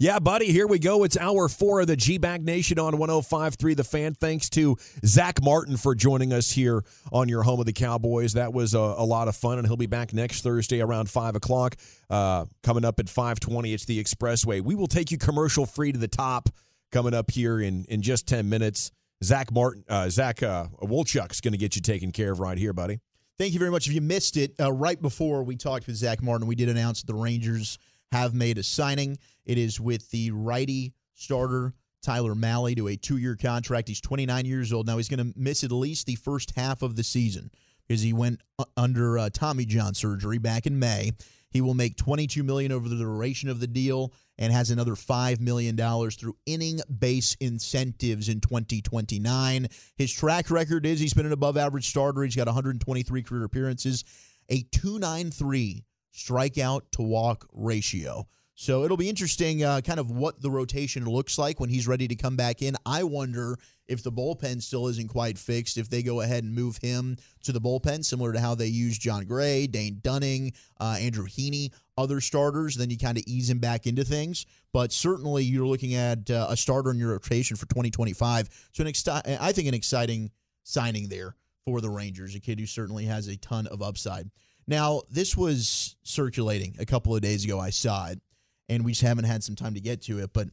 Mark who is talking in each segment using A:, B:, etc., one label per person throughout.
A: Yeah, buddy, here we go. It's hour four of the G Bag Nation on 1053 The Fan. Thanks to Zach Martin for joining us here on your home of the Cowboys. That was a, a lot of fun, and he'll be back next Thursday around 5 o'clock. Uh, coming up at 520, it's the Expressway. We will take you commercial free to the top coming up here in, in just 10 minutes. Zach Martin, uh, Zach uh, Wolchuk's going to get you taken care of right here, buddy.
B: Thank you very much. If you missed it, uh, right before we talked with Zach Martin, we did announce the Rangers have made a signing. It is with the righty starter Tyler Malley to a two-year contract. He's 29 years old now. He's going to miss at least the first half of the season because he went u- under uh, Tommy John surgery back in May. He will make 22 million over the duration of the deal and has another 5 million dollars through inning base incentives in 2029. His track record is he's been an above average starter. He's got 123 career appearances, a 293 strikeout to walk ratio. So it'll be interesting, uh, kind of what the rotation looks like when he's ready to come back in. I wonder if the bullpen still isn't quite fixed, if they go ahead and move him to the bullpen, similar to how they used John Gray, Dane Dunning, uh, Andrew Heaney, other starters, then you kind of ease him back into things. But certainly you're looking at uh, a starter in your rotation for 2025. So an exci- uh, I think an exciting signing there for the Rangers, a kid who certainly has a ton of upside. Now, this was circulating a couple of days ago. I saw it, and we just haven't had some time to get to it, but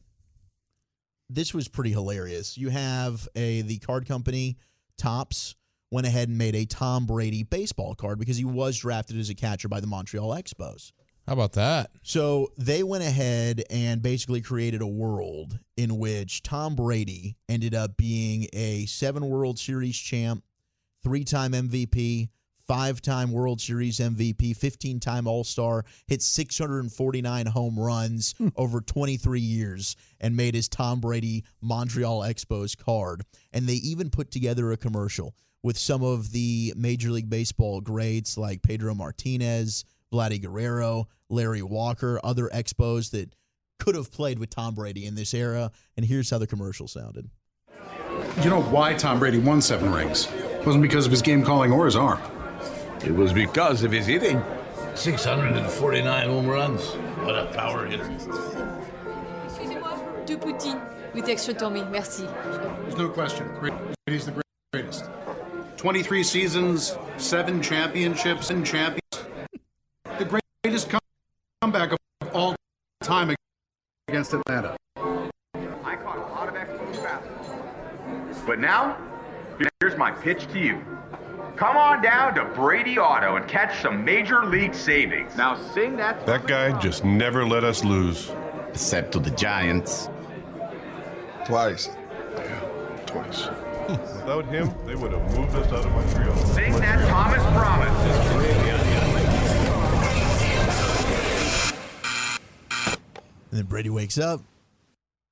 B: this was pretty hilarious. You have a the card company Tops went ahead and made a Tom Brady baseball card because he was drafted as a catcher by the Montreal Expos.
C: How about that?
B: So they went ahead and basically created a world in which Tom Brady ended up being a seven World Series champ, three time MVP, five time World Series MVP, 15 time All Star, hit 649 home runs over 23 years, and made his Tom Brady Montreal Expos card. And they even put together a commercial with some of the Major League Baseball greats like Pedro Martinez, Vladdy Guerrero, Larry Walker, other Expos that could have played with Tom Brady in this era. And here's how the commercial sounded.
D: You know why Tom Brady won seven rings? It wasn't because of his game calling or his arm.
E: It was because of his hitting.
F: 649 home runs. What a power hitter.
G: Excusez-moi, deux poutines with extra Tommy, merci.
D: There's no question. Brady's the greatest. 23 seasons, seven championships, and champions. The greatest comeback of all time against Atlanta.
H: I caught a lot of Expos fastballs. But now, here's my pitch to you. Come on down to Brady Auto and catch some major league savings. Now sing that.
I: That guy just never let us lose.
J: Except to the Giants.
I: Twice. Yeah, twice. Without him, they would have moved us out of Montreal.
H: Sing that Thomas Promise.
B: And then Brady wakes up.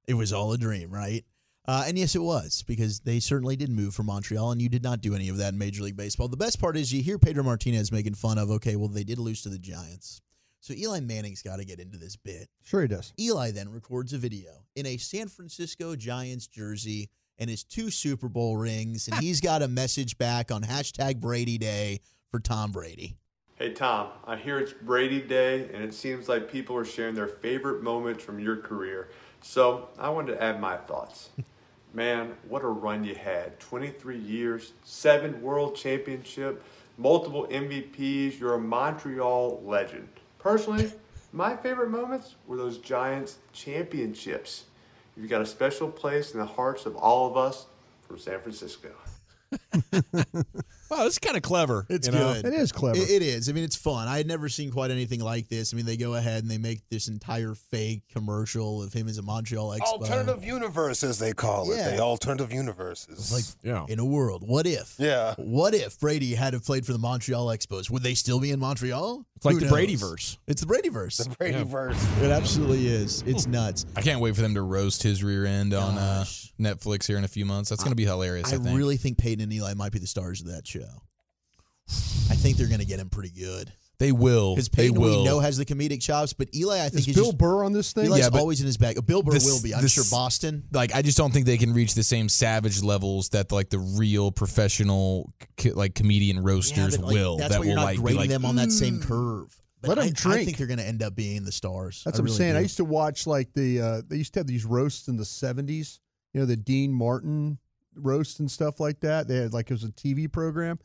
B: It was all a dream, right? Uh, and yes, it was because they certainly did move from Montreal, and you did not do any of that in Major League Baseball. The best part is you hear Pedro Martinez making fun of, okay, well, they did lose to the Giants. So Eli Manning's got to get into this bit.
K: Sure, he does.
B: Eli then records a video in a San Francisco Giants jersey and his two Super Bowl rings, and he's got a message back on hashtag Brady Day for Tom Brady.
L: Hey, Tom, I hear it's Brady Day, and it seems like people are sharing their favorite moments from your career. So I wanted to add my thoughts. man, what a run you had. 23 years, seven world championship, multiple MVPs. You're a Montreal legend. Personally, my favorite moments were those Giants championships. You've got a special place in the hearts of all of us from San Francisco.
A: Wow, this is kind of clever.
B: It's
A: you know?
B: good.
M: It is clever.
B: It- it is. I mean, it's fun. I had never seen quite anything like this. I mean, they go ahead and they make this entire fake commercial of him as a Montreal Expo.
C: Alternative universe, as they call it.
B: Yeah.
C: The alternative universes.
B: It's like, in a world, what if?
C: Yeah.
B: What if Brady had have played for the Montreal Expos? Would they still be in Montreal?
A: It's like
B: Who
A: the
B: knows?
A: Bradyverse.
B: It's the Bradyverse.
C: The Bradyverse.
B: It absolutely is. It's nuts.
K: I can't wait for them to roast his rear end on uh, Netflix here in a few months. That's going to be hilarious. I,
B: I,
K: think.
B: really think Peyton and Eli might be the stars of that show. I think they're going to get him pretty good.
K: they will.
B: Because
K: they
B: Peyton,
K: will.
B: we know, has the comedic chops, but Eli, I think
K: Is
B: he's
K: Bill
B: just,
M: Burr on this
K: thing?
B: Eli's
K: Yeah, but
B: always in his bag. Bill Burr
K: This-
B: will be. I'm
K: this-
B: sure Boston.
K: like I just don't think they can reach the same savage levels that like the real professional co- like comedian roasters
B: Yeah, but, like,
K: will.
B: That's
K: that
B: why
K: will
B: you're not
K: like be
B: grading
K: like,
B: them on that same
K: "Mm."
B: curve. But
M: Let 'em
B: I, I
M: drink.
B: think they're going to end up being the stars.
M: That's what
B: I
M: I'm
B: really
M: saying. I
B: do.
M: used to watch like the uh, they used to have these roasts in the '70s. You know the Dean Martin roast and stuff like that. They had like it was a TV program.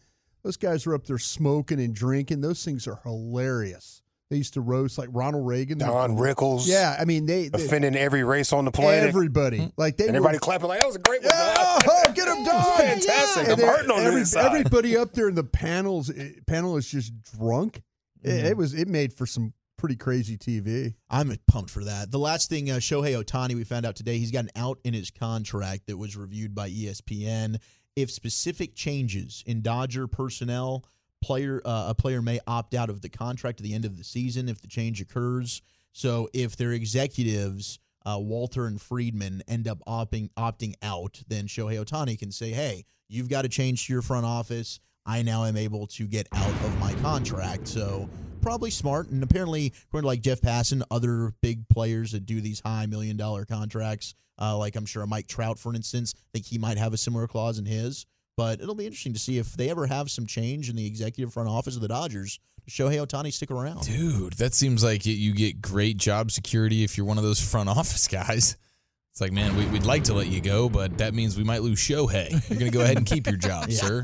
M: Those guys were up there smoking and drinking. Those things are hilarious. They used to roast like Ronald Reagan,
C: Don Rickles.
M: Yeah, I mean they, they
C: Offending every race on the planet.
K: Hmm?
M: everybody. Like they
C: And everybody
M: were,
C: clapping like that was a great one.
M: Oh, get him done!
C: Fantastic. I'm
M: And they're-
C: hurting on the
M: every-
C: inside.
M: Everybody up there in the panels eh, panel is just drunk. It- It, was it made for some pretty crazy TV.
B: I'm pumped for that. The last thing, uh, Shohei Otani, we found out today, he's got an out in his contract that was reviewed by E ESPN. If specific changes in Dodger personnel, player uh, a player may opt out of the contract at the end of the season if the change occurs. So if their executives, uh, Walter and Friedman, end up opting opting out, then Shohei Otani can say, "Hey, you've got to change to your front office. I now am able to get out of my contract." So probably smart. And apparently, according to like Jeff Passan, other big players that do these high million dollar contracts, uh, like I'm sure Mike Trout, for instance, I think he might have a similar clause in his. But it'll be interesting to see if they ever have some change in the executive front office of the Dodgers. Does Shohei Otani stick around?
K: Dude, that seems like you- you get great job security if you're one of those front office guys. It's like, man, we, we'd like to let you go, but that means we might lose Shohei. You're going to go ahead and keep your job, sir.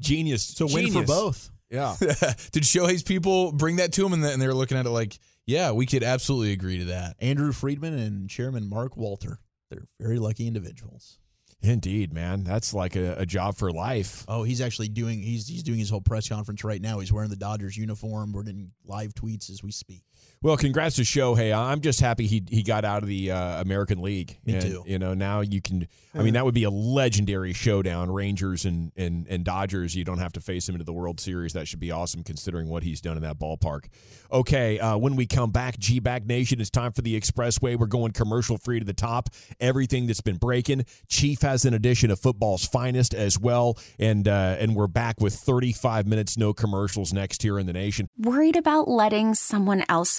A: Genius. So
K: win for both.
A: Yeah.
K: Did Shohei's people bring that to him? And, th- and they were looking at it like, yeah, we could absolutely agree to that.
B: Andrew Friedman and Chairman Mark Walter. They're very lucky individuals.
A: Indeed, man. That's like a, a job for life.
B: Oh, he's actually doing he's he's doing his whole press conference right now. He's wearing the Dodgers uniform. We're getting live tweets as we speak.
A: Well, congrats to Shohei. I'm just happy he he got out of the uh, American League.
B: Me
A: and,
B: too.
A: You know, now you can. I mean, that would be a legendary showdown. Rangers and and and Dodgers. You don't have to face him into the World Series. That should be awesome, considering what he's done in that ballpark. Okay, uh, when we come back, G Back Nation, it's time for the Expressway. We're going commercial free to the top. Everything that's been breaking. Chief has an edition of football's finest as well, and uh, and we're back with 35 minutes no commercials next here in the nation.
N: Worried about letting someone else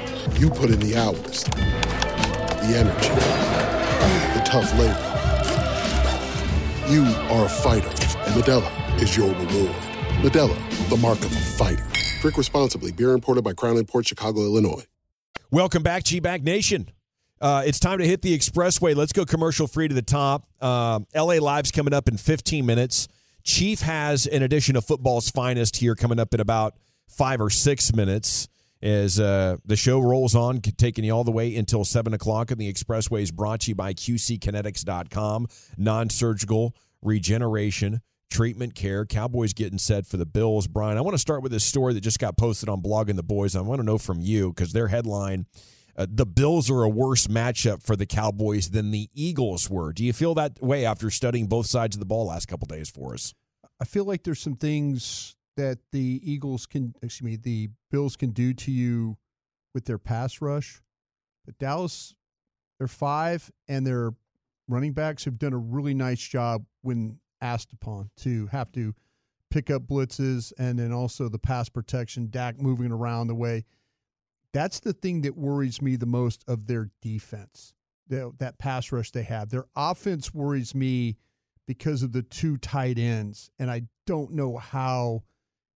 O: You put in the hours, the energy, the tough labor. You are a fighter, and Medella is your reward. Medella, the mark of a fighter. Drink responsibly. Beer imported by Crown Port Chicago, Illinois.
A: Welcome back, G Back Nation. Uh, it's time to hit the expressway. Let's go commercial free to the top. Um, LA Live's coming up in 15 minutes. Chief has an edition of football's finest here coming up in about five or six minutes. As uh, the show rolls on, c- taking you all the way until 7 o'clock, and the expressway is brought to you by QCkinetics.com, non surgical regeneration treatment care. Cowboys getting set for the Bills. Brian, I want to start with this story that just got posted on Blogging the Boys. I want to know from you because their headline. Uh, the Bills are a worse matchup for the Cowboys than the Eagles were. Do you feel that way after studying both sides of the ball last couple days for us?
P: I feel like there's some things that the Eagles can, excuse me, the Bills can do to you with their pass rush. But Dallas, they're five, and their running backs have done a really nice job when asked upon to have to pick up blitzes and then also the pass protection, Dak moving around the way. That's the thing that worries me the most of their defense, the, that pass rush they have. Their offense worries me because of the two tight ends, and I don't know how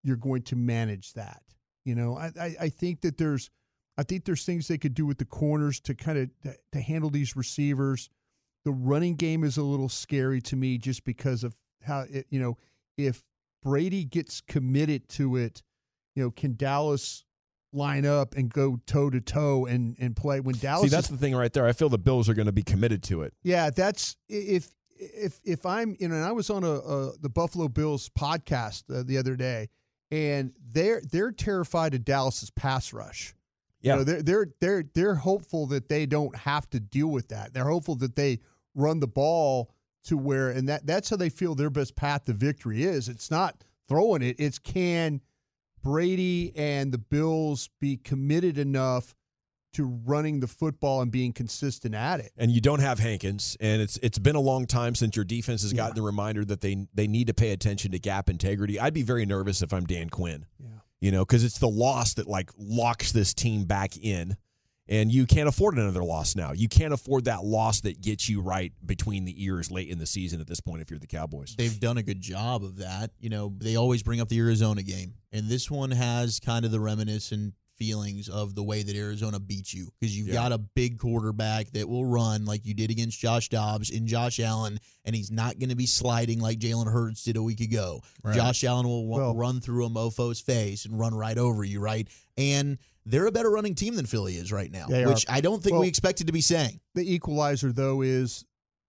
P: you're going to manage that. You know, I, I, I think that there's I think there's things they could do with the corners to kind of to, to handle these receivers. The running game is a little scary to me just because of how it, you know, if Brady gets committed to it, you know, can Dallas line up and go toe to toe and and play when Dallas
A: See,
P: is
A: that's the thing right there. I feel the Bills are going to be committed to it.
P: yeah, that's i- if if if I'm you know, and I was on a, a the Buffalo Bills podcast uh, the other day, and they're they're terrified of Dallas's pass rush.
A: Yeah.
P: you know, they're they're they're they're hopeful that they don't have to deal with that. They're hopeful that they run the ball to where, and that that's how they feel their best path to victory is. It's not throwing it; it's can Brady and the Bills be committed enough to running the football and being consistent at it.
A: And you don't have Hankins, and it's it's been a long time since your defense has gotten the reminder that they they need to pay attention to gap integrity. I'd be very nervous if I'm Dan Quinn. Yeah. You know, because it's the loss that like locks this team back in. And you can't afford another loss now. You can't afford that loss that gets you right between the ears late in the season at this point if you're the Cowboys.
B: They've done a good job of that. You know, they always bring up the Arizona game, and this one has kind of the reminiscent feelings of the way that Arizona beat you because you've
K: Yeah.
B: got a big quarterback that will run like you did against Josh Dobbs and Josh Allen, and he's not going to be sliding like Jalen Hurts did a week ago.
K: Right.
B: Josh Allen will wa- run through a mofo's face and run right over you, right? And they're a better running team than Philly is right now,
P: They are.
B: which I don't think
P: Well-
B: we expected to be saying.
P: The equalizer, though, is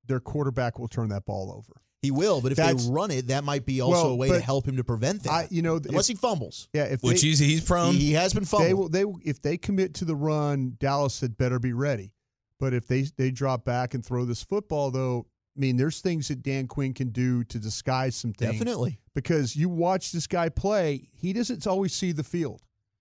P: their quarterback will turn that ball over.
B: He will, but if
P: That's-
B: they run it, that might be also
P: Well,
B: a way to
P: but
B: help him to prevent that.
P: I, you know,
B: unless
P: if-
B: he fumbles.
P: Yeah, if
K: Which
P: they-
K: he's- he's prone.
B: He has been fumbled.
P: They will. They will- if they commit to the run, Dallas had better be ready. But if they they drop back and throw this football, though, I mean, there's things that Dan Quinn can do to disguise some things.
B: Definitely.
P: because you watch this guy play, he doesn't always see the field.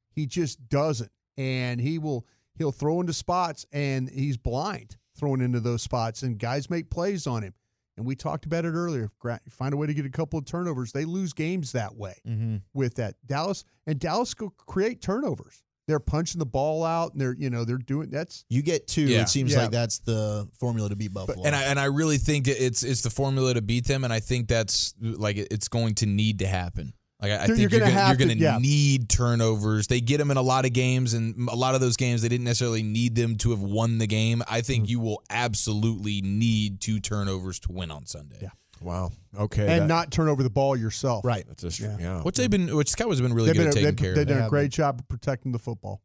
P: He just doesn't, and he will he'll throw into spots, and he's blind throwing into those spots, and guys make plays on him. And we talked about it earlier. Gra- Find a way to get a couple of turnovers. They lose games that way
B: Mm-hmm.
P: with that. Dallas and Dallas go create turnovers. They're punching the ball out and they're you know they're doing that's
B: You get two.
K: Yeah.
B: It seems
P: Yeah.
B: like that's the formula to beat Buffalo.
K: And I and I really think that it's it's the formula to beat them, and I think that's like it- it's going to need to happen. Like I, I
P: Dude,
K: think
P: you're
K: you're
P: gonna
K: gonna,
P: have
K: you're
P: to-
K: gonna
P: yeah.
K: need turnovers. They get them in a lot of games, and a lot of those games they didn't necessarily need them to have won the game. I
B: Mm-hmm.
K: think you will absolutely need two turnovers to win on Sunday. Yeah.
A: Wow. Okay.
P: and not turn over the ball yourself.
B: Right.
A: That's a yeah. yeah.
K: Which they've been, which Cowboys have been really
P: they've
K: good
P: been,
K: at taking
P: they've,
K: care
P: they've
K: of.
P: done
K: that.
P: a great job of protecting the football.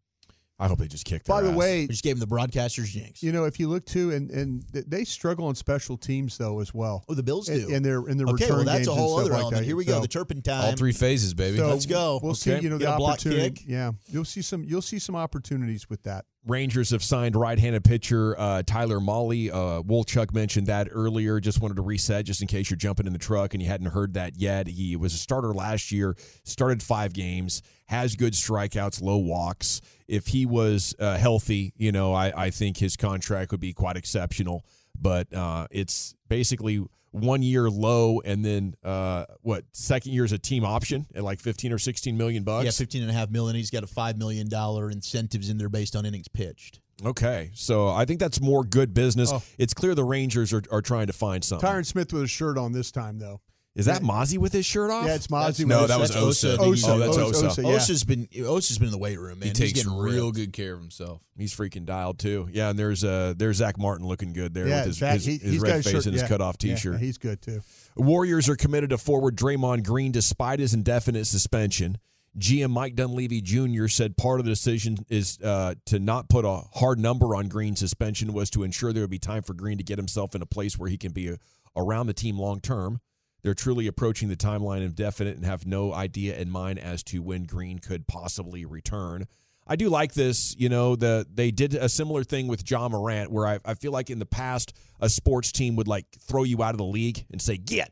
A: I hope they just kick.
P: By
A: their
P: the
A: ass.
P: way,
B: just gave him the broadcaster's jinx.
P: You know, if you look too, and and th- they struggle on special teams though as well.
B: Oh, the Bills do.
P: And, and their in their
B: okay,
P: return
B: well, that's
P: games
B: a
P: and
B: whole
P: stuff
B: other
P: like
B: element.
P: That.
B: Here we
P: So-
B: go. The turpentine.
K: All three phases, baby.
P: so
B: Let's go.
P: We'll
B: Okay.
P: see. You know
B: Get
P: the
B: a block
P: opportunity.
B: kick.
P: Yeah, you'll see some. You'll see some opportunities with that.
A: Rangers have signed right-handed pitcher uh, Tyler Molly. Uh, Wolchuk mentioned that earlier. Just wanted to reset, just in case you're jumping in the truck and you hadn't heard that yet. He was a starter last year, started five games, has good strikeouts, low walks. If he was uh, healthy, you know, I, I think his contract would be quite exceptional. But uh, it's basically one year low, and then uh, what? Second year is a team option at like 15 or 16 million bucks.
B: Yeah, fifteen and a half million. He's got a five million dollar incentives in there based on innings pitched.
A: Okay, so I think that's more good business. It's clear the Rangers are, are trying to find something.
P: Oh. Tyron Smith with a shirt on this time though.
A: Is that Mozzie with his shirt off?
P: Yeah, it's Mozzie.
A: no,
P: with
A: that
P: his
A: was
P: shirt.
A: Osa.
P: Osa.
A: Oh, that's Osa.
P: yeah.
B: Osa's been Osa's been in the weight room, man.
K: He
B: He's
K: takes
B: getting
K: real
B: ripped.
K: good care of himself.
A: He's freaking dialed too. Yeah, and there's uh there's Zach Martin looking good there
P: Yeah,
A: with his,
P: Zach,
A: his,
P: he-
A: his
P: he's got
A: red
P: a
A: face
P: shirt,
A: and his
P: yeah.
A: cut off
P: Yeah,
A: T-shirt.
P: he's good too.
A: Warriors are committed to forward Draymond Green despite his indefinite suspension. GM Mike Dunleavy Jr. said part of the decision is uh, to not put a hard number on Green's suspension was to ensure there would be time for Green to get himself in a place where he can be uh around the team long term. They're truly approaching the timeline indefinite and have no idea in mind as to when Green could possibly return. I do like this. You know, the they did a similar thing with John Morant, where I, I feel like in the past a sports team would like throw you out of the league and say get.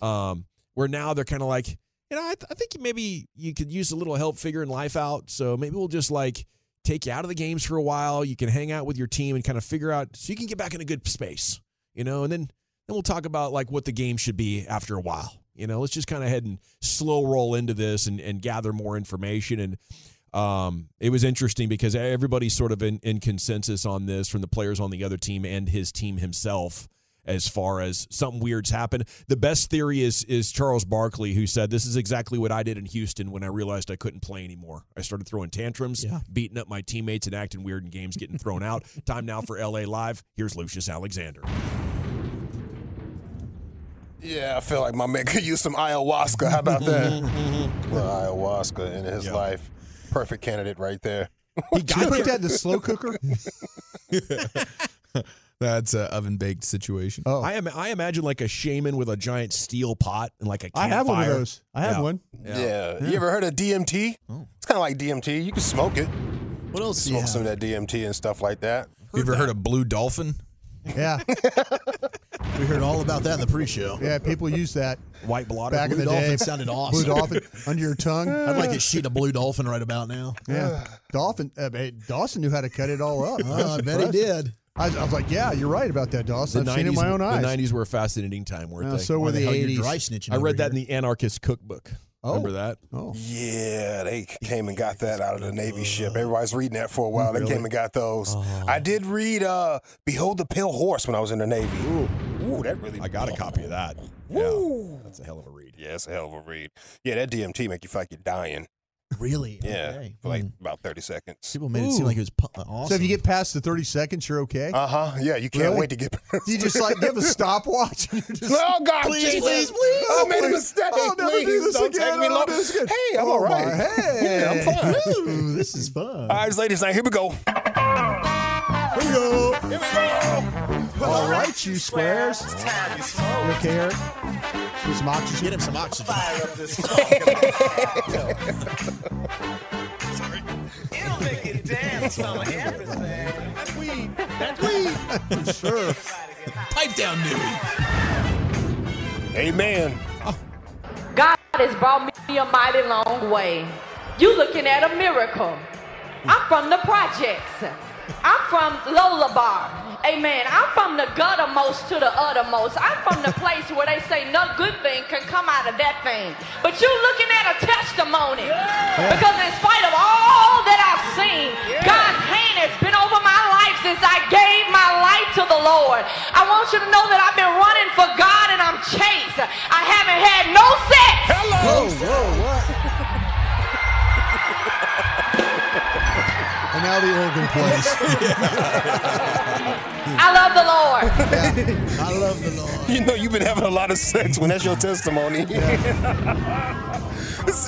A: Um, where now they're kind of like, you know, I, th- I think maybe you could use a little help figuring life out. So maybe we'll just like take you out of the games for a while. You can hang out with your team and kind of figure out so you can get back in a good space. You know, and then then we'll talk about like what the game should be after a while. You know, let's just kind of head and slow roll into this and, and gather more information. And um, it was interesting because everybody's sort of in, in consensus on this from the players on the other team and his team himself as far as something weird's happened. The best theory is is Charles Barkley who said this is exactly what I did in Houston when I realized I couldn't play anymore. I started throwing tantrums, beating up my teammates and acting weird in games, getting thrown out. Time now for LA Live. Here's Lucius Alexander.
C: Yeah, I feel like my man could use some ayahuasca. How about that? Well, ayahuasca in his life. Perfect candidate right there.
P: He got put that in the slow cooker.
K: That's an oven baked situation.
P: Oh,
A: I am. I imagine like a shaman with a giant steel pot and like a.
P: I have one of
A: campfire.
P: those. I have
A: Yeah.
P: one.
C: Yeah. You ever heard of DMT? It's kind of like DMT. You can smoke it. What else? Smoke some of that DMT and stuff like that.
K: You ever heard of blue dolphin?
P: Yeah.
B: we heard all about that in the pre-show.
P: Yeah, people use that
A: White blotter.
P: back in
B: Blue
P: the day.
B: dolphin sounded awesome.
P: Blue dolphin under your tongue.
B: I'd like a sheet of blue dolphin right about now.
P: Yeah, dolphin. Uh, hey, Dawson knew how to cut it all up.
B: Oh, I bet he did.
P: I, I was like, yeah, you're right about that, Dawson. I've seen it in my own eyes.
A: The 90s were a fascinating time, weren't
P: Uh,
A: they?
P: so were Why the the hell you're 80s. dry snitching
A: I read
P: over
A: that in the Anarchist Cookbook. Remember that?
P: Oh.
C: Yeah, they came and got that out of the Navy ship. Everybody's reading that for a while. They
A: Uh, Really? Uh-huh.
C: came and got those. I did read uh, Behold the Pale Horse when I was in the Navy. Ooh, that really.
A: I got a copy of that. Yeah. That's a hell of a read.
C: Yeah, it's a hell of a read. Yeah, that DMT make you feel like you're dying.
B: Really?
C: Yeah,
B: Okay.
C: for like about 30 seconds.
B: People made it seem like it was pu- awesome.
P: So if you get past the 30 seconds, you're okay.
C: Uh huh. Yeah, you can't
P: Really?
C: wait to get.
P: You just like give a stopwatch. And you're just,
C: Oh God!
P: please,
C: Jesus.
P: please, please.
C: I made a
P: please.
C: mistake.
P: I'll never
C: please,
P: do this
C: don't
P: again.
C: Take me
P: I'll
C: long.
P: do this again.
C: Hey, I'm
P: Oh,
C: all
P: my.
C: right.
P: Hey.
C: Yeah, I'm fine.
B: Ooh, this is fun.
C: All right, ladies, now here we go. Here
P: we go.
C: Here we go.
P: All right, you squares. You okay, Eric? Get some oxygen.
B: Get him some oxygen.
P: sure.
K: Pipe down, Newey.
C: Amen.
Q: God has brought me a mighty long way. You looking at a miracle. I'm from the projects. I'm from Lolabar. Amen. I'm from the guttermost to the uttermost. I'm from the place where they say no good thing can come out of that thing. But you looking at a testimony. Because in spite of all that I've seen, God's hand has been over my life since I gave my life to the Lord. I want you to know that I've been running for God and I'm chased. I haven't had no sex.
P: Whoa, whoa, what? and now the organ
Q: I love the Lord.
B: I love the Lord.
C: You know you've been having a lot of sex when that's your testimony. this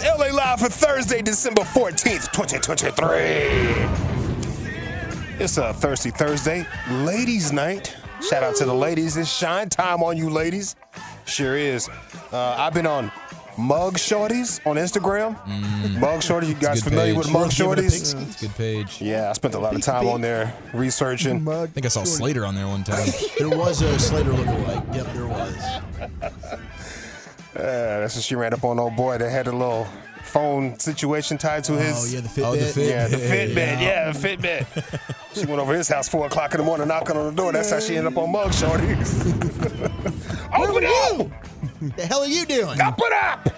C: is LA Live for Thursday, December 14th, 2023. It's a Thirsty Thursday, ladies' night. Shout out to the ladies. It's shine time on you, ladies. Sure is. Uh, I've been on Mug Shorties on Instagram. Mug Shorties, you guys
K: Mm. Good
C: familiar
K: page.
C: with Mug
K: Give it a
C: Shorties?
K: pigskin. It's a good page.
C: Yeah, I spent a lot of time on there researching.
K: I think I saw Slater on there one time.
B: There was a Slater lookalike. Yep, there was.
C: Uh, that's when she ran up on old boy that had a little phone situation tied to his.
B: yeah, the Fitbit. Oh, the Fitbit.
C: Yeah, the Fitbit.
B: Yeah.
C: Yeah, the Fitbit. she went over to his house four o'clock in the morning, knocking on the door. That's how she ended up on Mug Shorties. Open up!
B: The hell are you doing?
C: Open up!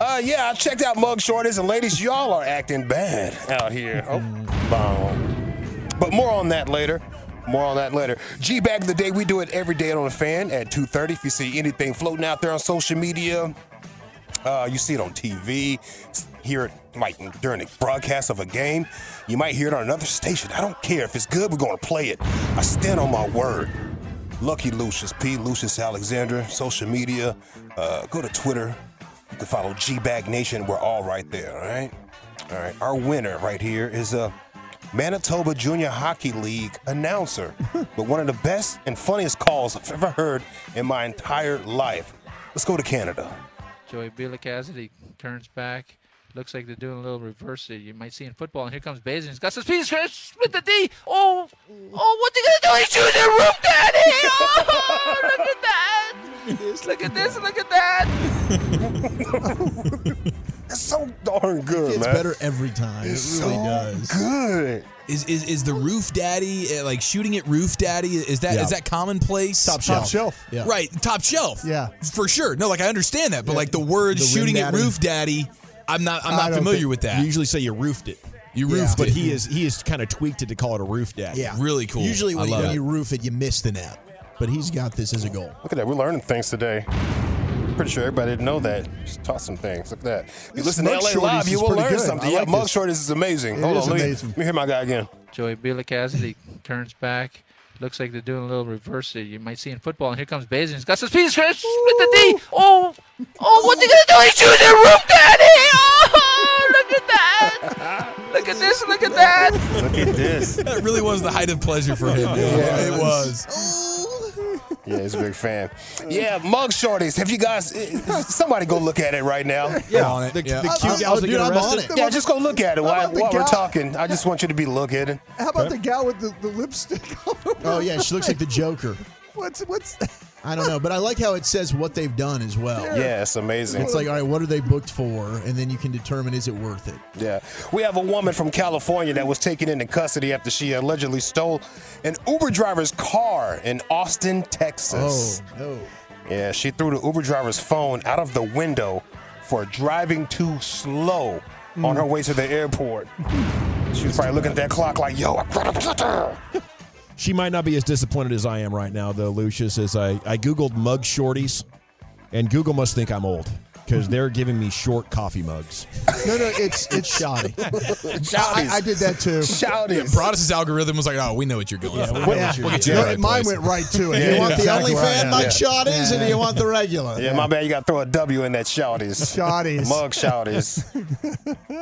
C: Uh, yeah, I checked out Mug Shorties, and ladies, y'all are acting bad out here. Oh, boom. But more on that later. More on that later. G Bag of the Day, we do it every day on the fan at 2.30. If you see anything floating out there on social media, uh, you see it on TV, s- hear it like during the broadcast of a game. You might hear it on another station. I don't care. If it's good, we're going to play it. I stand on my word. Lucky Lucius P. Lucius Alexander, social media. Uh, go to Twitter. You can follow G Bag Nation. We're all right there, all right? All right, our winner right here is a Manitoba Junior Hockey League announcer, but one of the best and funniest calls I've ever heard in my entire life. Let's go to Canada.
R: Joey Bielik has it. He turns back. Looks like they're doing a little reverse that you might see in football. And here comes Bazin. He's got some speed. He's gonna split the D. Oh, oh, what's he gonna do? He shoots it, roof daddy. Oh, look at that. Look at this. Look at that.
C: It's so darn good,
B: It's
C: man.
B: better every time.
C: It's
B: it really
C: so
B: does.
C: Good.
K: Is, is is the roof daddy uh, like shooting at roof daddy? Is that is
B: Yeah.
K: that commonplace?
B: Top Top shelf. shelf, yeah.
K: Right, top shelf.
P: Yeah,
K: for sure. No, like I understand that, but like the word
A: The
K: shooting
A: ring
K: at
A: daddy.
K: roof daddy, I'm not I'm
A: I
K: not
A: don't
K: familiar
A: think-
K: with that.
A: You usually say you roofed it.
K: You roofed
A: but
K: it.
A: he is he is kind of tweaked it to call it a roof dad.
B: Yeah.
K: Really cool.
B: Usually
K: I
B: when, you,
K: love
B: when
K: it.
B: you roof it, you miss the net. But he's got this as a goal.
C: Look at that. We're learning things today. Pretty sure everybody didn't know that. Just taught some things. Look at that. You
R: This
C: listen to
R: Mug
C: LA
R: Shorties
C: Live, you
R: is
C: will
R: pretty
C: learn
R: good.
C: something.
R: I
C: yeah,
R: like
C: Mug
R: this.
C: Shorties is amazing.
R: It
C: Hold
R: is
C: on, let me-
R: amazing.
C: Let me hear my guy again.
R: Joey Bielik has it. He turns back. Looks like they're doing a little reverse that you might see in football. And here comes Bazin. He's got some speed. He's gonna split the D. Oh, oh, what's he gonna do? He shoots it, roof daddy. Oh, look at that. Look at this. Look at that.
C: Look at this.
K: that really was the height of pleasure for him.
C: Yeah.
K: It was.
C: Yeah, he's a big fan. Yeah, mug shorties. Have you guys? eh, Somebody go look at it right now.
A: Yeah. On it, The- yeah. the cute
C: I'm-
A: gals that
C: dude,
A: get
C: I'm on
A: arrested.
C: it. Yeah, just go look at it
A: How
C: while,
A: about the
C: while we're
A: gal-
C: talking. I just want you to be look at it.
P: How about the gal with the, the lipstick? all over
B: Oh
P: her
B: yeah, she looks like the Joker.
P: What's what's?
B: I don't know, but I like how it says what they've done as well.
C: Yeah, it's amazing.
B: It's like, all right, what are they booked for? And then you can determine is it worth it.
C: Yeah. We have a woman from California that was taken into custody after she allegedly stole an Uber driver's car in Austin, Texas.
P: Oh,
B: no.
C: Yeah, she threw the Uber driver's phone out of the window for driving too slow on
P: Hmm.
C: her way to the airport. She was probably looking at that clock like, yo, I
A: She might not be as disappointed as I am right now, though, Lucius, as I, I Googled mug shorties, and Google must think I'm old because they're giving me short coffee mugs.
P: No, no, it's it's shoddy. I,
A: Shoddies.
P: I did that too.
K: Yeah, Broadus' algorithm was like, oh, we know what you're going for.
P: we know what
K: We'll
P: you're
K: get
P: going
K: you
P: for.
K: the right
P: Mine
K: place.
P: went right to it.
C: Yeah,
P: You want the
C: exactly
P: only
C: right.
P: fan mug
C: Yeah.
B: shot is, and you want the regular.
C: Yeah, my bad. You got to throw a W in that shouties.
P: Shouties.
C: Mug shouties. Uh,
P: I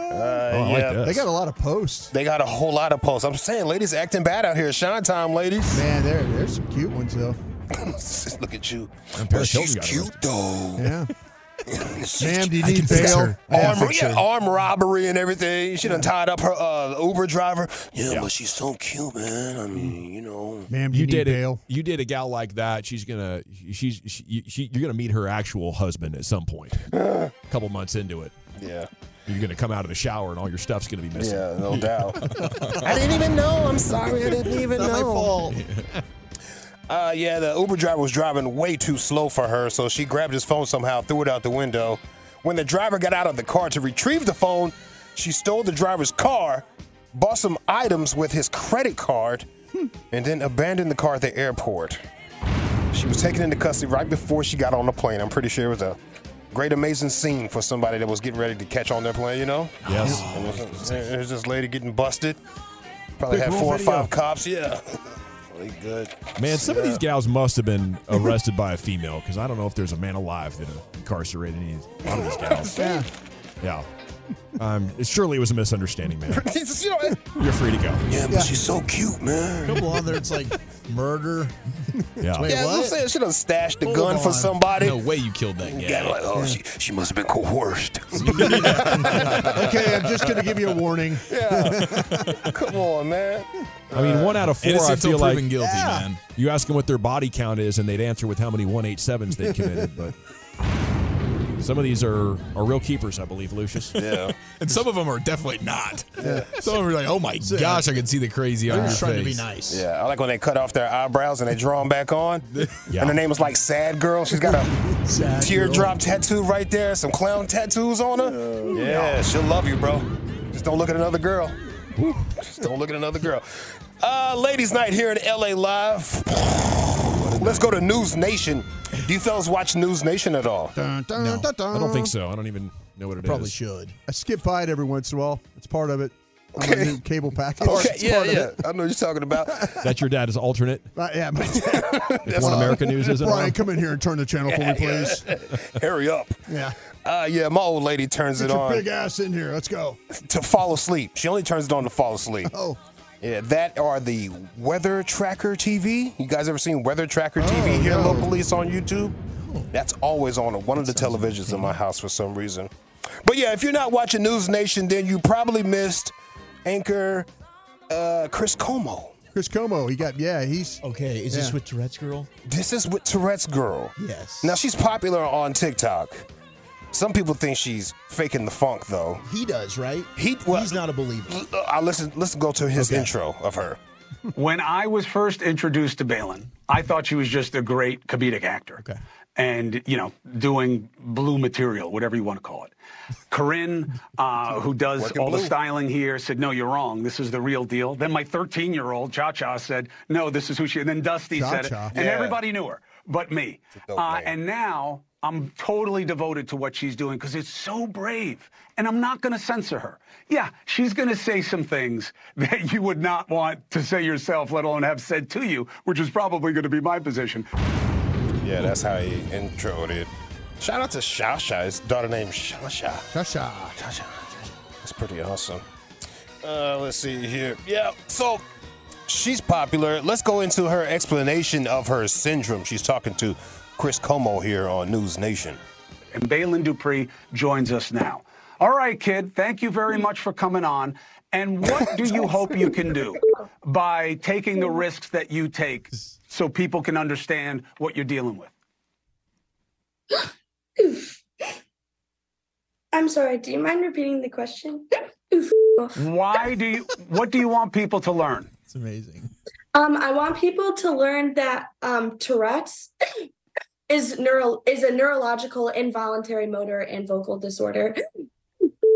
P: like
C: yeah.
P: this. They got a lot of posts.
C: They got a whole lot of posts. I'm saying, ladies acting bad out here. Shine time, ladies.
P: Man, there there's some cute ones though.
C: Look at you.
P: And
C: But
P: Paris
C: she's
P: Hilton got
C: cute though.
P: Yeah.
C: She's-
P: do you I need can fix bail? her. I can
C: Arm,
P: fix
C: yeah,
P: her.
C: arm robbery and everything. She done tied up her uh, Uber driver. Yeah, but she's so cute, man. I mean, you know.
P: Ma'am,
A: you did it. You did a gal like that. She's gonna. She's. She, you- she, you're gonna meet her actual husband at some point. a couple months into it.
C: Yeah.
A: You're gonna come out of the shower and all your stuff's gonna be missing.
C: Yeah, no doubt. I didn't even know. I'm sorry. I didn't even
B: Not
C: know.
B: my fault.
C: Uh, yeah, the Uber driver was driving way too slow for her, so she grabbed his phone somehow, threw it out the window. When the driver got out of the car to retrieve the phone, she stole the driver's car, bought some items with his credit card, and then abandoned the car at the airport. She was taken into custody right before she got on the plane. I'm pretty sure it was a great, amazing scene for somebody that was getting ready to catch on their plane, you know?
A: Yes.
C: And There's there's this lady getting busted. Probably
A: Big
C: had
A: roll
C: four or
A: video.
C: five cops, yeah. Really good.
A: Man, some of
C: Yeah.
A: these gals must have been arrested by a female because I don't know if there's a man alive that incarcerated any one of these gals.
P: Yeah.
A: Yeah. Um, surely it was a misunderstanding, man.
C: You know, eh.
A: You're free to go.
C: Yeah, but she's so cute, man.
B: Couple on there, it's like murder.
A: Yeah.
B: Wait,
C: yeah,
B: what?
C: I'm saying she done stashed the
B: Hold
C: gun for
B: on.
C: somebody.
K: No way you killed that
C: Yeah,
K: guy.
C: like, oh, she, she must have been coerced.
P: Okay, I'm just gonna give you a warning.
C: Yeah. Come on, man.
A: I mean, one out of four.
K: Innocent
A: I
K: till
A: feel like
K: proven guilty, man.
A: You ask them what their body count is, and they'd answer with how many 187s they committed. but some of these are are real keepers, I believe, Lucius.
C: Yeah.
K: And some of them are definitely not.
B: Yeah.
K: Some of them are like, oh my
B: Yeah.
K: gosh, I can see the crazy on
B: They're
K: your
B: just trying to be
K: face.
B: nice.
C: Yeah, I like when they cut off their eyebrows and they draw them back on.
A: Yeah.
C: And her name was like Sad Girl. She's got a
B: Sad
C: teardrop tattoo right there, some clown tattoos on her. yeah, she'll love you, bro. Just don't look at another girl. Just don't look at another girl. Uh, ladies' night here in LA Live. Let's go to News Nation. Do you fellas watch News Nation at all?
P: No,
A: I don't think so. I don't even know what it is.
B: Probably should.
P: I skip by it every once in a while. It's part of it. on my new cable package.
C: Okay,
P: It's
C: yeah,
P: part of
C: yeah.
P: it.
C: I know what you're talking about.
A: That's your dad is alternate.
P: Uh, yeah, but-
A: If One America News isn't
P: Brian,
A: on.
P: come in here and turn the channel for me, please.
C: Hurry up.
P: Yeah.
C: Uh, yeah, my old lady turns
P: Get
C: it
P: your
C: on
P: big ass in here. Let's go.
C: to fall asleep. She only turns it on to fall asleep.
P: Oh.
C: Yeah, that are the Weather Tracker TV. You guys ever seen Weather Tracker TV
E: Oh,
C: here locally? It's on YouTube. That's always on one of the televisions in my house for some reason. But yeah, if you're not watching News Nation, then you probably missed anchor uh, Chris Como.
P: Chris Como, he got yeah, he's
B: okay. Is this
P: yeah.
B: with Tourette's girl?
C: This is with Tourette's girl.
B: Yes.
C: Now she's popular on TikTok. Some people think she's faking the funk though.
B: He does, right?
C: He well,
B: he's not a believer.
C: I listen. Let's go to his intro of her.
E: when I was first introduced to Balin, I thought she was just a great comedic actor. And, you know, doing blue material, whatever you want to call it. Corinne, uh, who does
C: Working
E: all
C: blue.
E: the styling here, said, No, you're wrong. This is the real deal. Then my 13 year old, Cha Cha, said, No, this is who she And then Dusty said it.
P: Cha-Cha.
E: And
P: Yeah.
E: everybody knew her but me. Uh, and now I'm totally devoted to what she's doing because it's so brave. And I'm not going to censor her. Yeah, she's going to say some things that you would not want to say yourself, let alone have said to you, which is probably going to be my position.
C: Yeah, that's how he introed it. Shout out to Shasha. His daughter named Shasha.
P: Shasha.
C: Shasha. That's pretty awesome. Uh, let's see here. Yeah, so she's popular. Let's go into her explanation of her syndrome. She's talking to Chris Como here on News Nation.
E: And Balin Dupree joins us now. All right, kid, thank you very much for coming on. And what do you hope you can do by taking the risks that you take so people can understand what you're dealing with?
S: I'm sorry, do you mind repeating the question?
E: Why do you, what do you want people to learn?
B: It's amazing.
S: Um, I want people to learn that um, Tourette's is neural is a neurological involuntary motor and vocal disorder.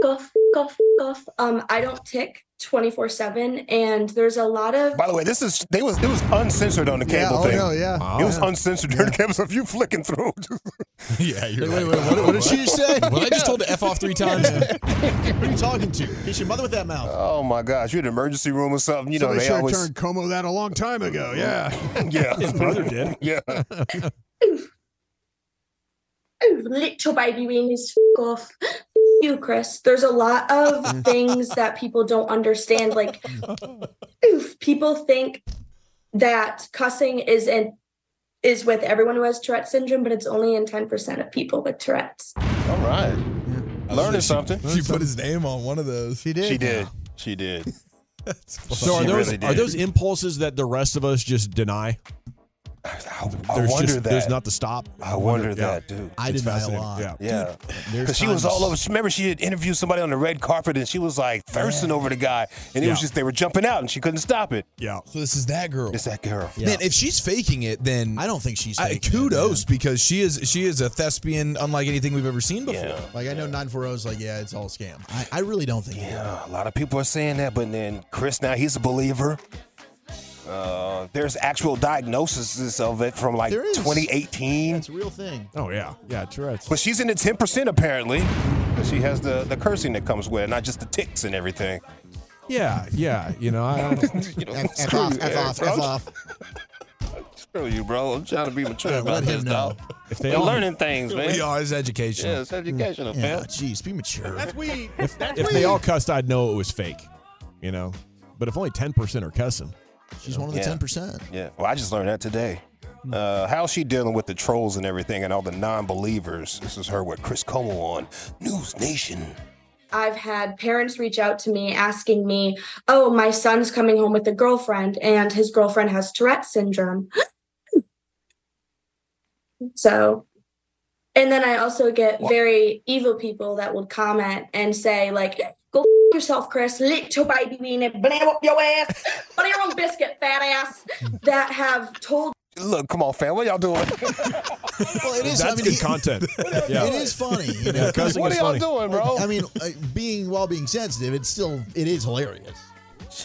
S: Off, off, off. Um, I don't tick 24 7, and there's a lot of.
C: By the way, this is they was it was uncensored on the
S: Yeah,
C: cable
S: oh,
C: thing.
S: no, yeah.
C: It was uncensored during the cable. So if you flicking through,
K: Ah. yeah, you're
B: Wait, wait, what, what did she say?
K: Well, I just told to f off three times.
B: Who are you talking to? Kiss your mother with that mouth.
C: Oh my gosh, you're in an emergency room or something. You
P: Somebody
C: know
P: should
C: they
P: have
C: always Mm-hmm.
P: turned Como that a long time ago. Yeah.
C: yeah.
P: His brother did.
C: Yeah.
S: Oh, little baby weenies, f- off. F- You, Chris. There's a lot of things that people don't understand. Like, oof, people think that cussing is in is with everyone who has Tourette syndrome, but it's only in 10% of people with Tourette's.
C: All right. Learning something.
K: She put his name on one of those. She
C: She did. She did.
A: So are
C: She
A: those
C: really did.
A: are those impulses that the rest of us just deny?
C: I
A: there's
C: wonder that.
A: There's not the stop.
C: I wonder that,
A: yeah.
C: dude.
B: I
A: It's
B: deny a
A: fascinating.
B: lot.
A: Yeah.
C: Yeah,
B: there's
C: because she was
B: times-
C: all over. Remember, she had interviewed somebody on the red carpet, and she was like thirsting over the guy, and it was
K: Yeah.
C: just they were jumping out, and she couldn't stop it.
A: Yeah.
K: So this is that girl.
C: It's that girl.
K: Man, if she's faking it, then I
B: don't think she's.
K: Faking kudos because she is she is a thespian unlike anything we've ever seen before.
B: Like I know 940 is like, yeah, it's all a scam. I, I really don't think.
C: Yeah, a lot of people are saying that, but then Chris now he's a believer. Uh, there's actual diagnoses of it from like
B: There is.
C: 2018.
B: That's a real thing.
A: Oh yeah, yeah, Tourette's.
C: But she's in the 10% apparently. She has the the cursing that comes with it, not just the ticks and everything.
A: Yeah, yeah. You know, I don't
C: You know,
B: F,
C: screw
B: off,
C: you,
B: F
C: Eric,
B: off,
C: bro.
B: F off.
C: Screw you, bro. I'm trying to be mature
B: Yeah,
C: about
B: let him
C: this,
B: know.
C: dog. We're learning things, man.
K: We are. It's educational.
C: Yeah, it's educational,
B: Yeah,
C: man.
B: jeez, be mature. That's
C: weed.
A: If, if they all cussed, I'd know it was fake. You know, but if only ten percent are cussing,
B: She's one of the
C: Yeah.
B: ten percent.
C: Yeah. Well, I just learned that today.
B: Hmm.
C: Uh, how's she dealing with the trolls and everything and all the non-believers? This is her with Chris Como on News Nation.
S: I've had parents reach out to me asking me, Oh, my son's coming home with a girlfriend, and his girlfriend has Tourette's syndrome. so, and then I also get very evil people that would comment and say, like, Go f- yourself, Chris, little baby weenie, blam up your ass, on your own biscuit, fat ass, that have told
C: Look, come on, fam. What y'all doing?
B: Well, it is.
A: that's
B: I mean,
A: good
B: he-
A: content. yeah.
B: It is funny. You know?
A: Yeah, cussing What is are y'all
C: doing,
A: funny.
C: bro?
B: I mean, uh, being while being sensitive, it's still it is hilarious.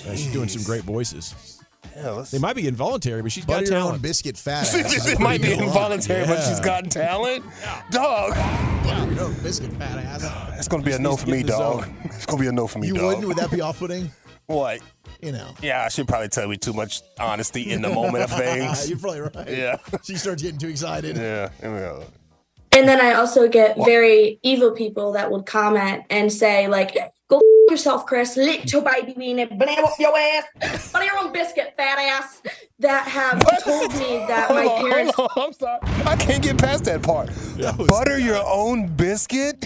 A: Yeah, she's doing some great voices.
C: Yeah, let's-
A: They might be involuntary, but she's
B: Butter
A: got
B: your own
A: talent.
B: biscuit fat. ass is a
C: it
B: pretty
C: might be
B: good line.
C: involuntary, but she's
A: Yeah.
C: got talent. Dog.
B: You know, biscuit fat ass.
C: That's gonna be a no for me, dog. It's gonna be a no for me,
B: You
C: dog.
B: wouldn't? Would that be off-putting?
C: What?
B: You know.
C: Yeah, I should probably tell you too much honesty in the moment of things.
B: You're probably right.
C: Yeah.
B: She starts getting too excited.
C: yeah. yeah.
S: And then I also get
C: Wha-
S: very evil people that would comment and say, like, go f- yourself, Chris, little baby weenie, blam up your ass, butter your own biscuit, fat ass, that have told me that my
C: Hold on,
S: parents.
C: hold on, I'm sorry. I can't get past that part. Butter your own biscuit?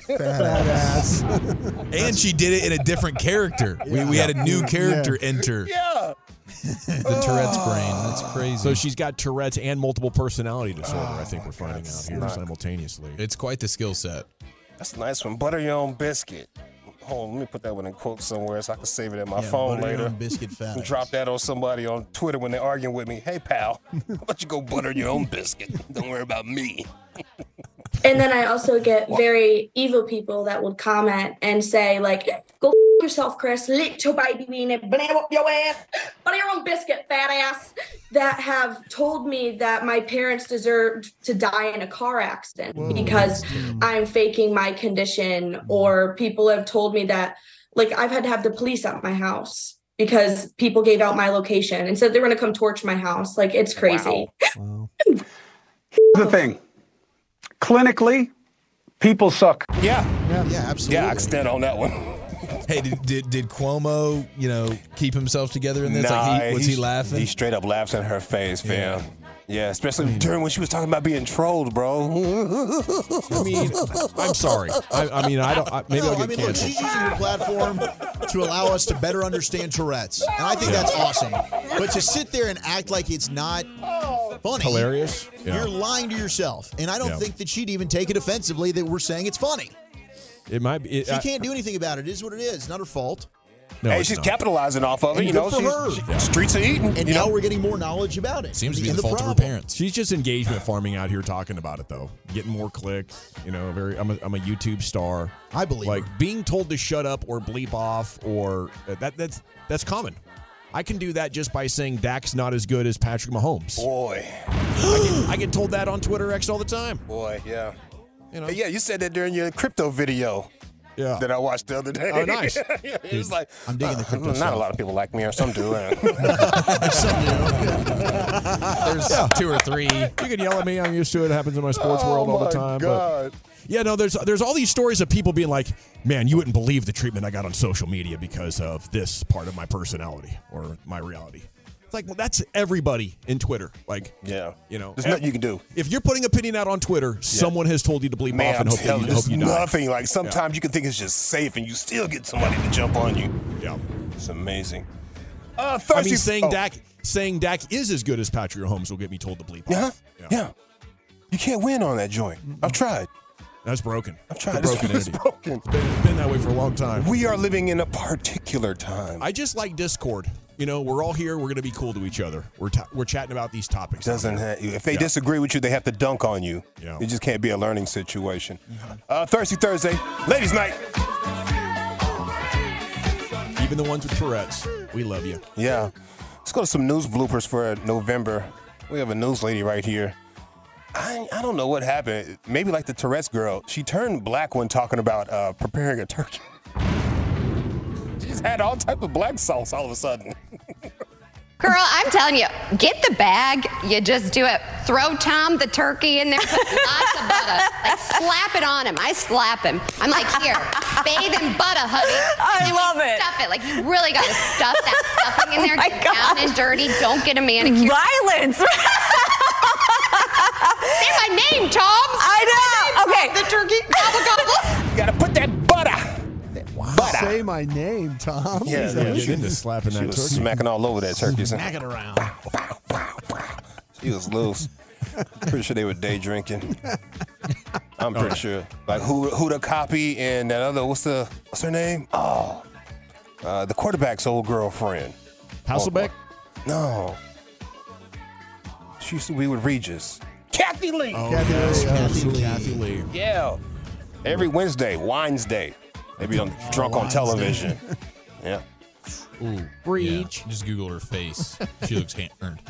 K: and she did it in a different character. We, we had a new character enter.
C: Yeah.
K: The Tourette's brain. That's crazy.
A: So she's got Tourette's and multiple personality disorder. I think we're finding out here
C: Oh, not-
A: simultaneously. It's quite the skill set.
C: That's a nice one. Butter your own biscuit. Hold on, let me put that one in quotes somewhere so I can save it in my
B: Yeah,
C: phone
B: butter your
C: later.
B: own biscuit fat
C: And drop that on somebody on Twitter when they're arguing with me. Hey, pal, why don't you go butter your own biscuit? Don't worry about me.
S: And then I also get very evil people that would comment and say, like, go f- yourself, Chris, little baby weenie, blam up your ass, butter your own biscuit, fat ass, that have told me that my parents deserved to die in a car accident because I'm faking my condition, or people have told me that, like, I've had to have the police at my house because people gave out my location and said they were going to come torch my house. Like, it's crazy.
E: Here's the thing. Clinically, people suck.
C: Yeah.
E: Yeah,
B: absolutely.
C: Yeah, I can stand on that one.
K: Hey, did, did did Cuomo, you know, keep himself together in this? like he, was he
C: he's-
K: laughing?
C: He straight up laughs in her face, fam. Yeah, especially during when she was talking about being trolled, bro.
A: I mean, I'm sorry. I, I mean, I don't. I, maybe I'll
B: I
A: get
B: mean, look,
A: canceled.
B: she's using her platform to allow us to better understand Tourette's, and I think that's awesome. But to sit there and act like it's not funny,
A: Hilarious. Yeah.
B: you're lying to yourself. And I don't
A: Yeah.
B: think that she'd even take it offensively that we're saying it's funny.
A: It might be. It,
B: She
A: I-
B: can't do anything about it. It is what it is. Not her fault.
A: No,
C: hey,
A: it's
C: she's
A: not.
C: capitalizing off of it,
B: And
C: you
B: good
C: know.
B: for her.
C: She's, she- Streets of eating.
B: And
C: you
B: now
C: know?
B: we're getting more knowledge about it.
K: Seems to be
B: And
K: the fault of her
B: problem.
K: parents.
A: She's just engagement farming out here talking about it though, getting more clicks. You know, very. I'm a, I'm a YouTube star.
B: I believe.
A: Like being told to shut up or bleep off or uh, that that's that's common. I can do that just by saying Dak's not as good as Patrick Mahomes.
K: Oh.
C: Boy.
A: I get, I get told that on Twitter X all the time.
C: Boy, yeah. You know? Yeah, you said that during your crypto video.
A: Yeah.
C: That I watched the other day.
A: Oh, nice.
C: yeah, it was like uh,
B: I'm digging the crypto
C: not
B: stuff.
C: a lot of people like me, or some do. uh,
K: There's two or three.
A: You can yell at me. I'm used to it. It happens in my sports
C: Oh
A: world all the
C: my
A: time.
C: God.
A: But yeah, no, there's there's all these stories of people being like, "Man, you wouldn't believe the treatment I got on social media because of this part of my personality or my reality." It's like, well, that's everybody in Twitter. Like,
C: yeah,
A: you know, eh,
C: There's nothing you can do.
A: If you're putting opinion out on Twitter, someone has told you to bleep
C: Man,
A: off
C: I'm
A: and hope, that
C: telling
A: you,
C: you,
A: hope
C: there's
A: you die.
C: nothing. Like sometimes you can think it's just safe, and you still get somebody to jump on you.
A: Yeah,
C: it's amazing. Uh,
A: I
C: thirsty-
A: mean, saying
C: oh,
A: Dak saying Dak is as good as Patrick Mahomes will get me told to bleep
C: Yeah,
A: off.
C: yeah. You can't win on that joint. I've tried.
A: That's broken. I've
C: tried. It's-
A: broken
C: it's
A: entity.
C: broken.
A: It's been that way for a long time.
C: We are living in a particular time.
A: I just like Discord. You know, we're all here. We're going to be cool to each other. We're ta- we're chatting about these topics.
C: Doesn't ha- if they
A: Yeah.
C: disagree with you, they have to dunk on you.
A: Yeah. Mm-hmm.
C: It just can't be a learning situation. Uh, Thirsty Thursday, ladies' night.
A: Even the ones with Tourette's, we love you.
C: Yeah. Let's go to some news bloopers for November. We have a news lady right here. I, I don't know what happened. Maybe like the Tourette's girl. She turned black when talking about uh, preparing a turkey. She just had all type of black sauce all of a sudden.
F: Girl, I'm telling you, get the bag. You just do it. Throw Tom the turkey in there. Put lots of butter. Like slap it on him. I slap him. I'm like, here, bathe in butter, honey. I love it. Stuff it. Like you really got to stuff that stuffing in there. get down and dirty. Don't get a manicure. Violence. Say my name, Tom. I know. okay. The turkey. Gobble gobble.
C: You gotta put that butter.
P: Say my name, Tom. Is that
A: yeah,
P: what
A: get
P: you-
A: into slapping
C: she
A: that
C: was
A: turkey.
C: smacking all over that turkey.
B: Smack it around.
C: She was loose. pretty sure they were day drinking. I'm pretty sure. Like who who the copy and that other what's the what's her name? Oh, uh, the quarterback's old girlfriend.
A: Hasselbeck?
C: no. She used to be with Regis. Kathy Lee.
A: Oh,
C: Kathy
A: yes,
C: Lee.
A: Kathy Lee. Kathy Lee.
C: Yeah. Every Wednesday, Wines Day. They be on drunk on
K: Wines
C: television.
K: Day.
C: yeah.
K: Ooh, yeah. Just Google her face. She looks hand earned.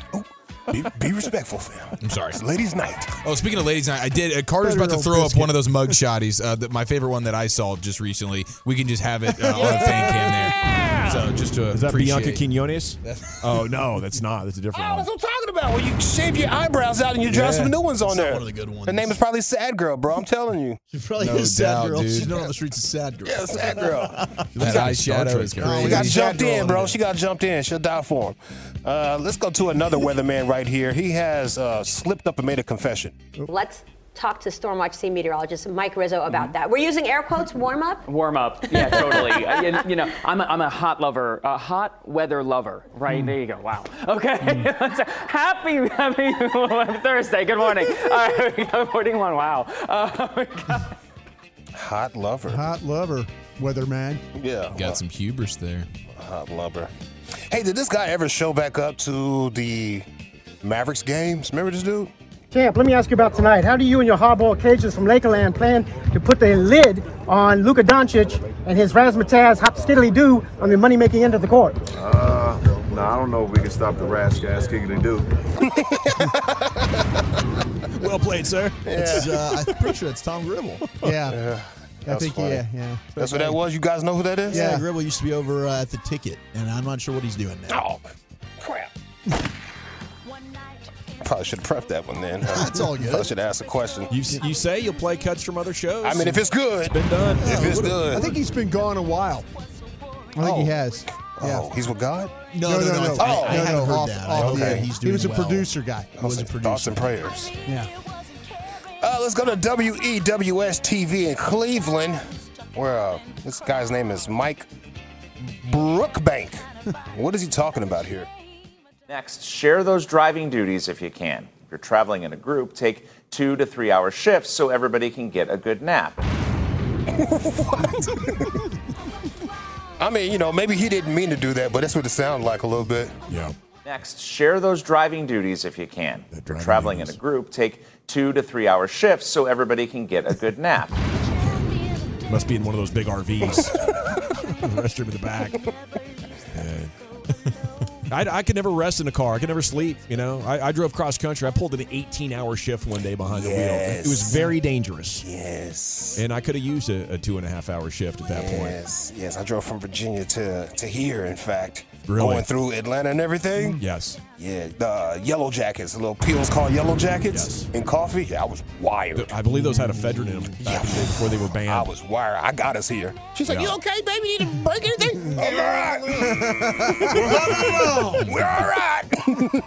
C: Be, be respectful, fam.
K: er, I'm sorry. It's
C: ladies' night.
K: Oh, speaking of ladies' night, I did. Uh, Carter's
C: Better
K: about to
C: old
K: throw
C: biscuit.
K: up one of those mug shotties. Uh, that my favorite one that I saw just recently. We can just have it uh, on a fan cam there. So just to
A: Is that
K: appreciate.
A: Bianca Quinones? oh no, that's not. That's a different one.
C: That's what I'm talking about. When you shave your eyebrows out and you draw
A: Yeah.
C: some new ones on
A: That's
C: there.
A: one of the good ones.
C: Her name is probably Sad Girl, bro. I'm telling you.
B: She probably
C: No
B: is sad
C: doubt,
B: girl.
C: dude.
B: She's known on the streets as sad girl.
C: Yeah, sad girl.
K: That eyeshadow is
C: Oh,
K: crazy.
C: She got jumped
B: Girl
C: in,
B: on
C: bro.
B: there.
C: She got jumped in. She'll die for him. Uh, let's go to another weatherman right here. He has uh, slipped up and made a confession.
D: Let's talk to Stormwatch Sea meteorologist Mike Rizzo about that. We're using air quotes, warm up.
G: Warm up. Yeah, totally. Uh, you, you know, I'm a, I'm a hot lover, a hot weather lover, right? There you go. Wow. Okay. So, happy, happy Thursday. Good morning. All right, here we go. 41. Wow. Uh, we got-
C: Hot lover.
P: Hot lover, weatherman.
C: Yeah. uh,
K: Got some hubris there.
C: Hot lover. Hey, did this guy ever show back up to the Mavericks games? Remember this dude?
T: Champ, let me ask you about tonight. How do you and your hardball cages from Lakeland plan to put the lid on Luka Doncic and his razzmatazz hop skiddly do on the money making end of the court?
I: Uh, no, I don't know if we can stop the rash ass kicking to do.
A: well played, sir.
B: It's, uh, I'm pretty sure it's Tom Gribble.
C: Yeah.
B: I
C: That's
B: think,
C: funny.
B: yeah, yeah.
C: That's what that was? You guys know who that is?
B: Yeah, Gribble used to be over uh, at the ticket, and I'm not sure what he's doing now.
C: Oh, crap. Probably should have prepped that one then. huh?
B: That's all good.
C: Probably should ask a question.
A: You, you say you'll play cuts from other shows.
C: I mean, if it's good,
A: it's been done.
C: if it's good,
P: I think he's been gone a while. I think he has.
C: Oh, he's with God.
P: No, no, no, no.
C: Oh,
P: I- I haven't heard
C: off-
P: that.
C: off
P: Okay.
C: air.
P: He was a producer guy. He
C: I
P: was a
C: like,
P: producer.
C: Thoughts and prayers.
P: Yeah.
C: Uh, let's go to WEWS TV in Cleveland, where uh, this guy's name is Mike Brookbank. what is he talking about here?
U: Next, share those driving duties if you can. If you're traveling in a group, take two to three hour shifts so everybody can get a good nap.
C: I mean, you know, maybe he didn't mean to do that, but that's what it sounded like a little bit. Yeah.
U: Next, share those driving duties if you can. If you're traveling in a group, take two to three hour shifts so everybody can get a good nap.
A: Must be in one of those big RVs. Restroom in the back. Yeah. I, I could never rest in a car. I could never sleep. You know, I, I drove cross country. I pulled an 18 hour shift one day behind the wheel. It was
C: Yes.
A: very dangerous.
C: Yes.
A: And I could have used a, a two and a half hour shift at that
C: Yes, yes. I drove from Virginia to to here, in fact.
A: Really?
C: Going through Atlanta and everything.
A: point. Yes.
C: Yeah, the uh, Yellow Jackets, the little pills called Yellow Jackets, and coffee. Yeah, I was wired.
A: I believe those had ephedrine in them back in the day before they were banned. I
C: was wired. I got us here. She's like,
A: Yeah.
C: "You okay, baby? Need to break anything? I'm all right. We're all right.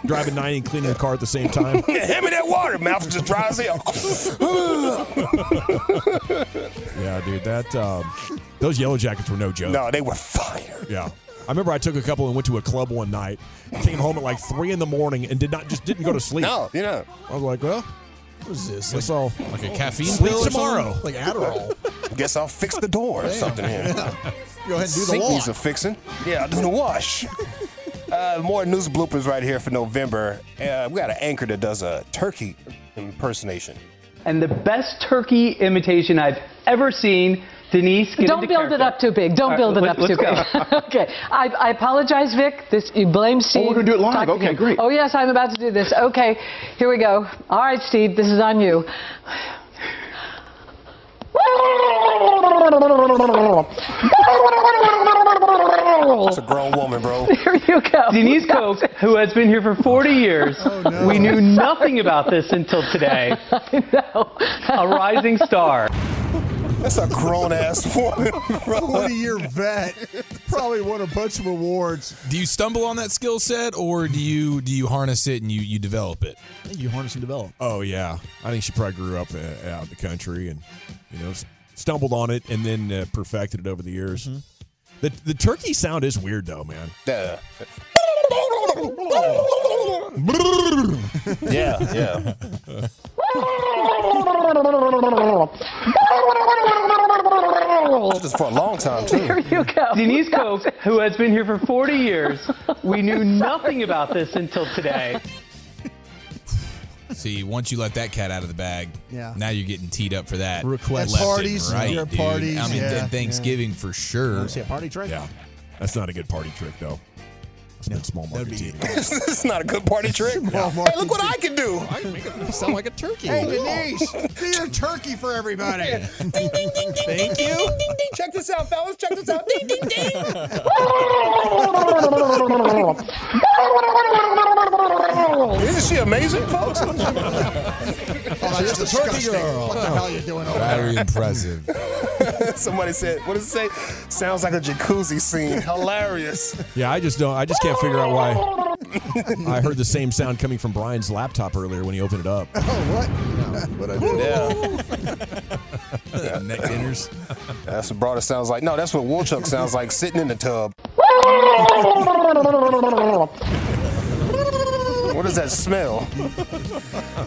A: Driving 90 and cleaning the car at the same time.
C: Hand me that water. Mouth just dry as hell.
A: Yeah, dude, that um, those yellow jackets were no joke.
C: No, they were fire.
A: Yeah. I remember I took a couple and went to a club one night. Came home at like three in the morning and did not just didn't go to sleep.
C: No, you know.
A: I was like, well,
B: what is this?
A: Guess I'll
K: like a caffeine
A: sleep
K: pill or
A: tomorrow.
K: something?
B: Like Adderall.
C: Guess I'll fix the door or
B: Damn.
C: something here.
B: Go ahead and do the
C: Sink
B: walk.
C: needs a fixing. Yeah, I'll do the wash. Uh, more news bloopers right here for November. Uh, we got an anchor that does a turkey impersonation.
V: and the best turkey imitation I've ever seen. Denise, get
W: Don't
V: into
W: build it up too big. Don't
V: All right,
W: build it up
V: let-
W: too big.
V: let's
W: okay. I, I apologize, Vic. This you blame Steve.
V: we're gonna do it live.
W: Talk to
V: Okay,
W: him.
V: great.
W: Oh yes, I'm about to do this. Oh. Okay, here we go. All right, Steve, this is on you.
C: It's a grown woman, bro.
W: There you go.
V: Denise Koch, who has been here for 40 years,
B: Oh,
V: we knew nothing about this until today. I know. A rising star.
C: That's a grown ass woman, bro.
P: 40 year vet. Probably won a bunch of awards.
K: Do you stumble on that skill set, or do you do you harness it and you you develop it?
B: I think you harness and develop.
A: Oh yeah, I think she probably grew up uh, out in the country and you know s- stumbled on it and then uh, perfected it over the years.
B: Mm-hmm.
A: The the turkey sound is weird though, man.
C: Yeah,
A: yeah.
C: This for a long time, too.
V: There you go. Denise Koch, who has been here for 40 years, we knew nothing about this until today.
K: See, once you let that cat out of the bag,
V: Yeah.
K: now you're getting teed up for that.
B: Request
K: Left and
B: parties,
K: right,
B: yeah,
K: dude.
B: parties,
K: I mean,
B: yeah,
K: Thanksgiving for sure.
B: Let's see a party trick.
K: Yeah,
A: that's not a good party trick though. It's been small market TV.
C: this is not a good party trick. hey, look what I can do. I can make it sound like a turkey.
B: Hey, Denise, do your turkey for everybody.
C: ding, ding, ding, ding, ding, ding, ding, ding, ding. Check this out, fellas. Check this out. Ding, ding, ding. Isn't she amazing, folks?
B: Oh, that's the turkey girl. What the hell are you doing over there?
K: Very impressive.
C: Somebody said, what does it say? Sounds like a jacuzzi scene. Hilarious.
A: Yeah, I just don't. I just can't figure out why. I heard the same sound coming from Brian's laptop earlier when he opened it
B: Oh,
A: up.
K: But I
C: Neck dinners. That's what Broder sounds like. No, that's what Woolchuck sounds like sitting in the tub. What does that smell?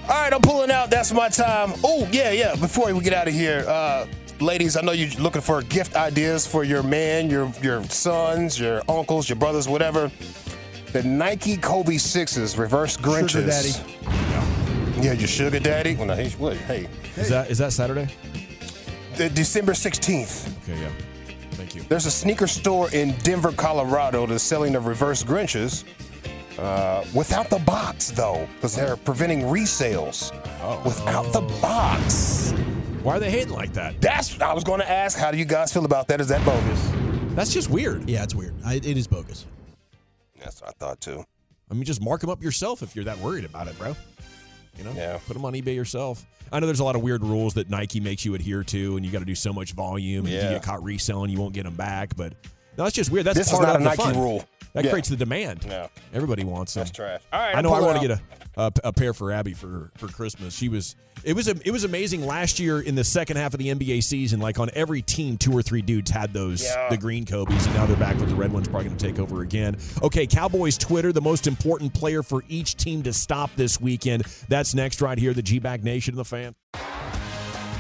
C: All right, I'm pulling out. That's my time. Oh, yeah, yeah. Before we get out of here, uh, ladies, I know you're looking for gift ideas for your man, your your sons, your uncles, your brothers, whatever. The Nike Kobe Sixes, reverse Grinches. daddy. Yeah, your sugar daddy. Well, no, he's what? Hey,
A: Is that is that Saturday?
C: the December 16th.
A: Okay, yeah. Thank you.
C: There's a sneaker store in Denver, Colorado that's selling the reverse Grinches. Uh, without the box, though, because they're preventing resales. Without the box.
A: Why are they hating like that?
C: That's I was going to ask. How do you guys feel about that? Is that bogus?
A: That's just weird.
B: Yeah, it's weird. I, it is bogus.
C: That's what I thought too.
A: I mean, just mark them up yourself if you're that worried about it, bro. You know, yeah. Put them on eBay yourself. I know there's a lot of weird rules that Nike makes you adhere to, and you got to do so much volume. And if you
C: Yeah.
A: get caught reselling, you won't get them back. But no, that's just weird. That's
C: This is
A: part
C: not
A: of
C: a
A: the
C: Nike
A: fun.
C: rule.
A: That
C: Yeah.
A: creates the demand.
C: Yeah.
A: Everybody wants them.
C: That's trash. All right,
A: I
C: I'm
A: know. I
C: pulling
A: want to
C: out-
A: get a, a a pair for Abby for for Christmas. She was. It was a, it was amazing last year in the second half of the NBA season. Like on every team, two or three dudes had those
C: Yeah.
A: the green Kobe's, and now they're back with the red ones. Probably going to take over again. Okay, Cowboys Twitter, the most important player for each team to stop this weekend. That's next right here. The G Bag Nation and the fan.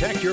N: Protect your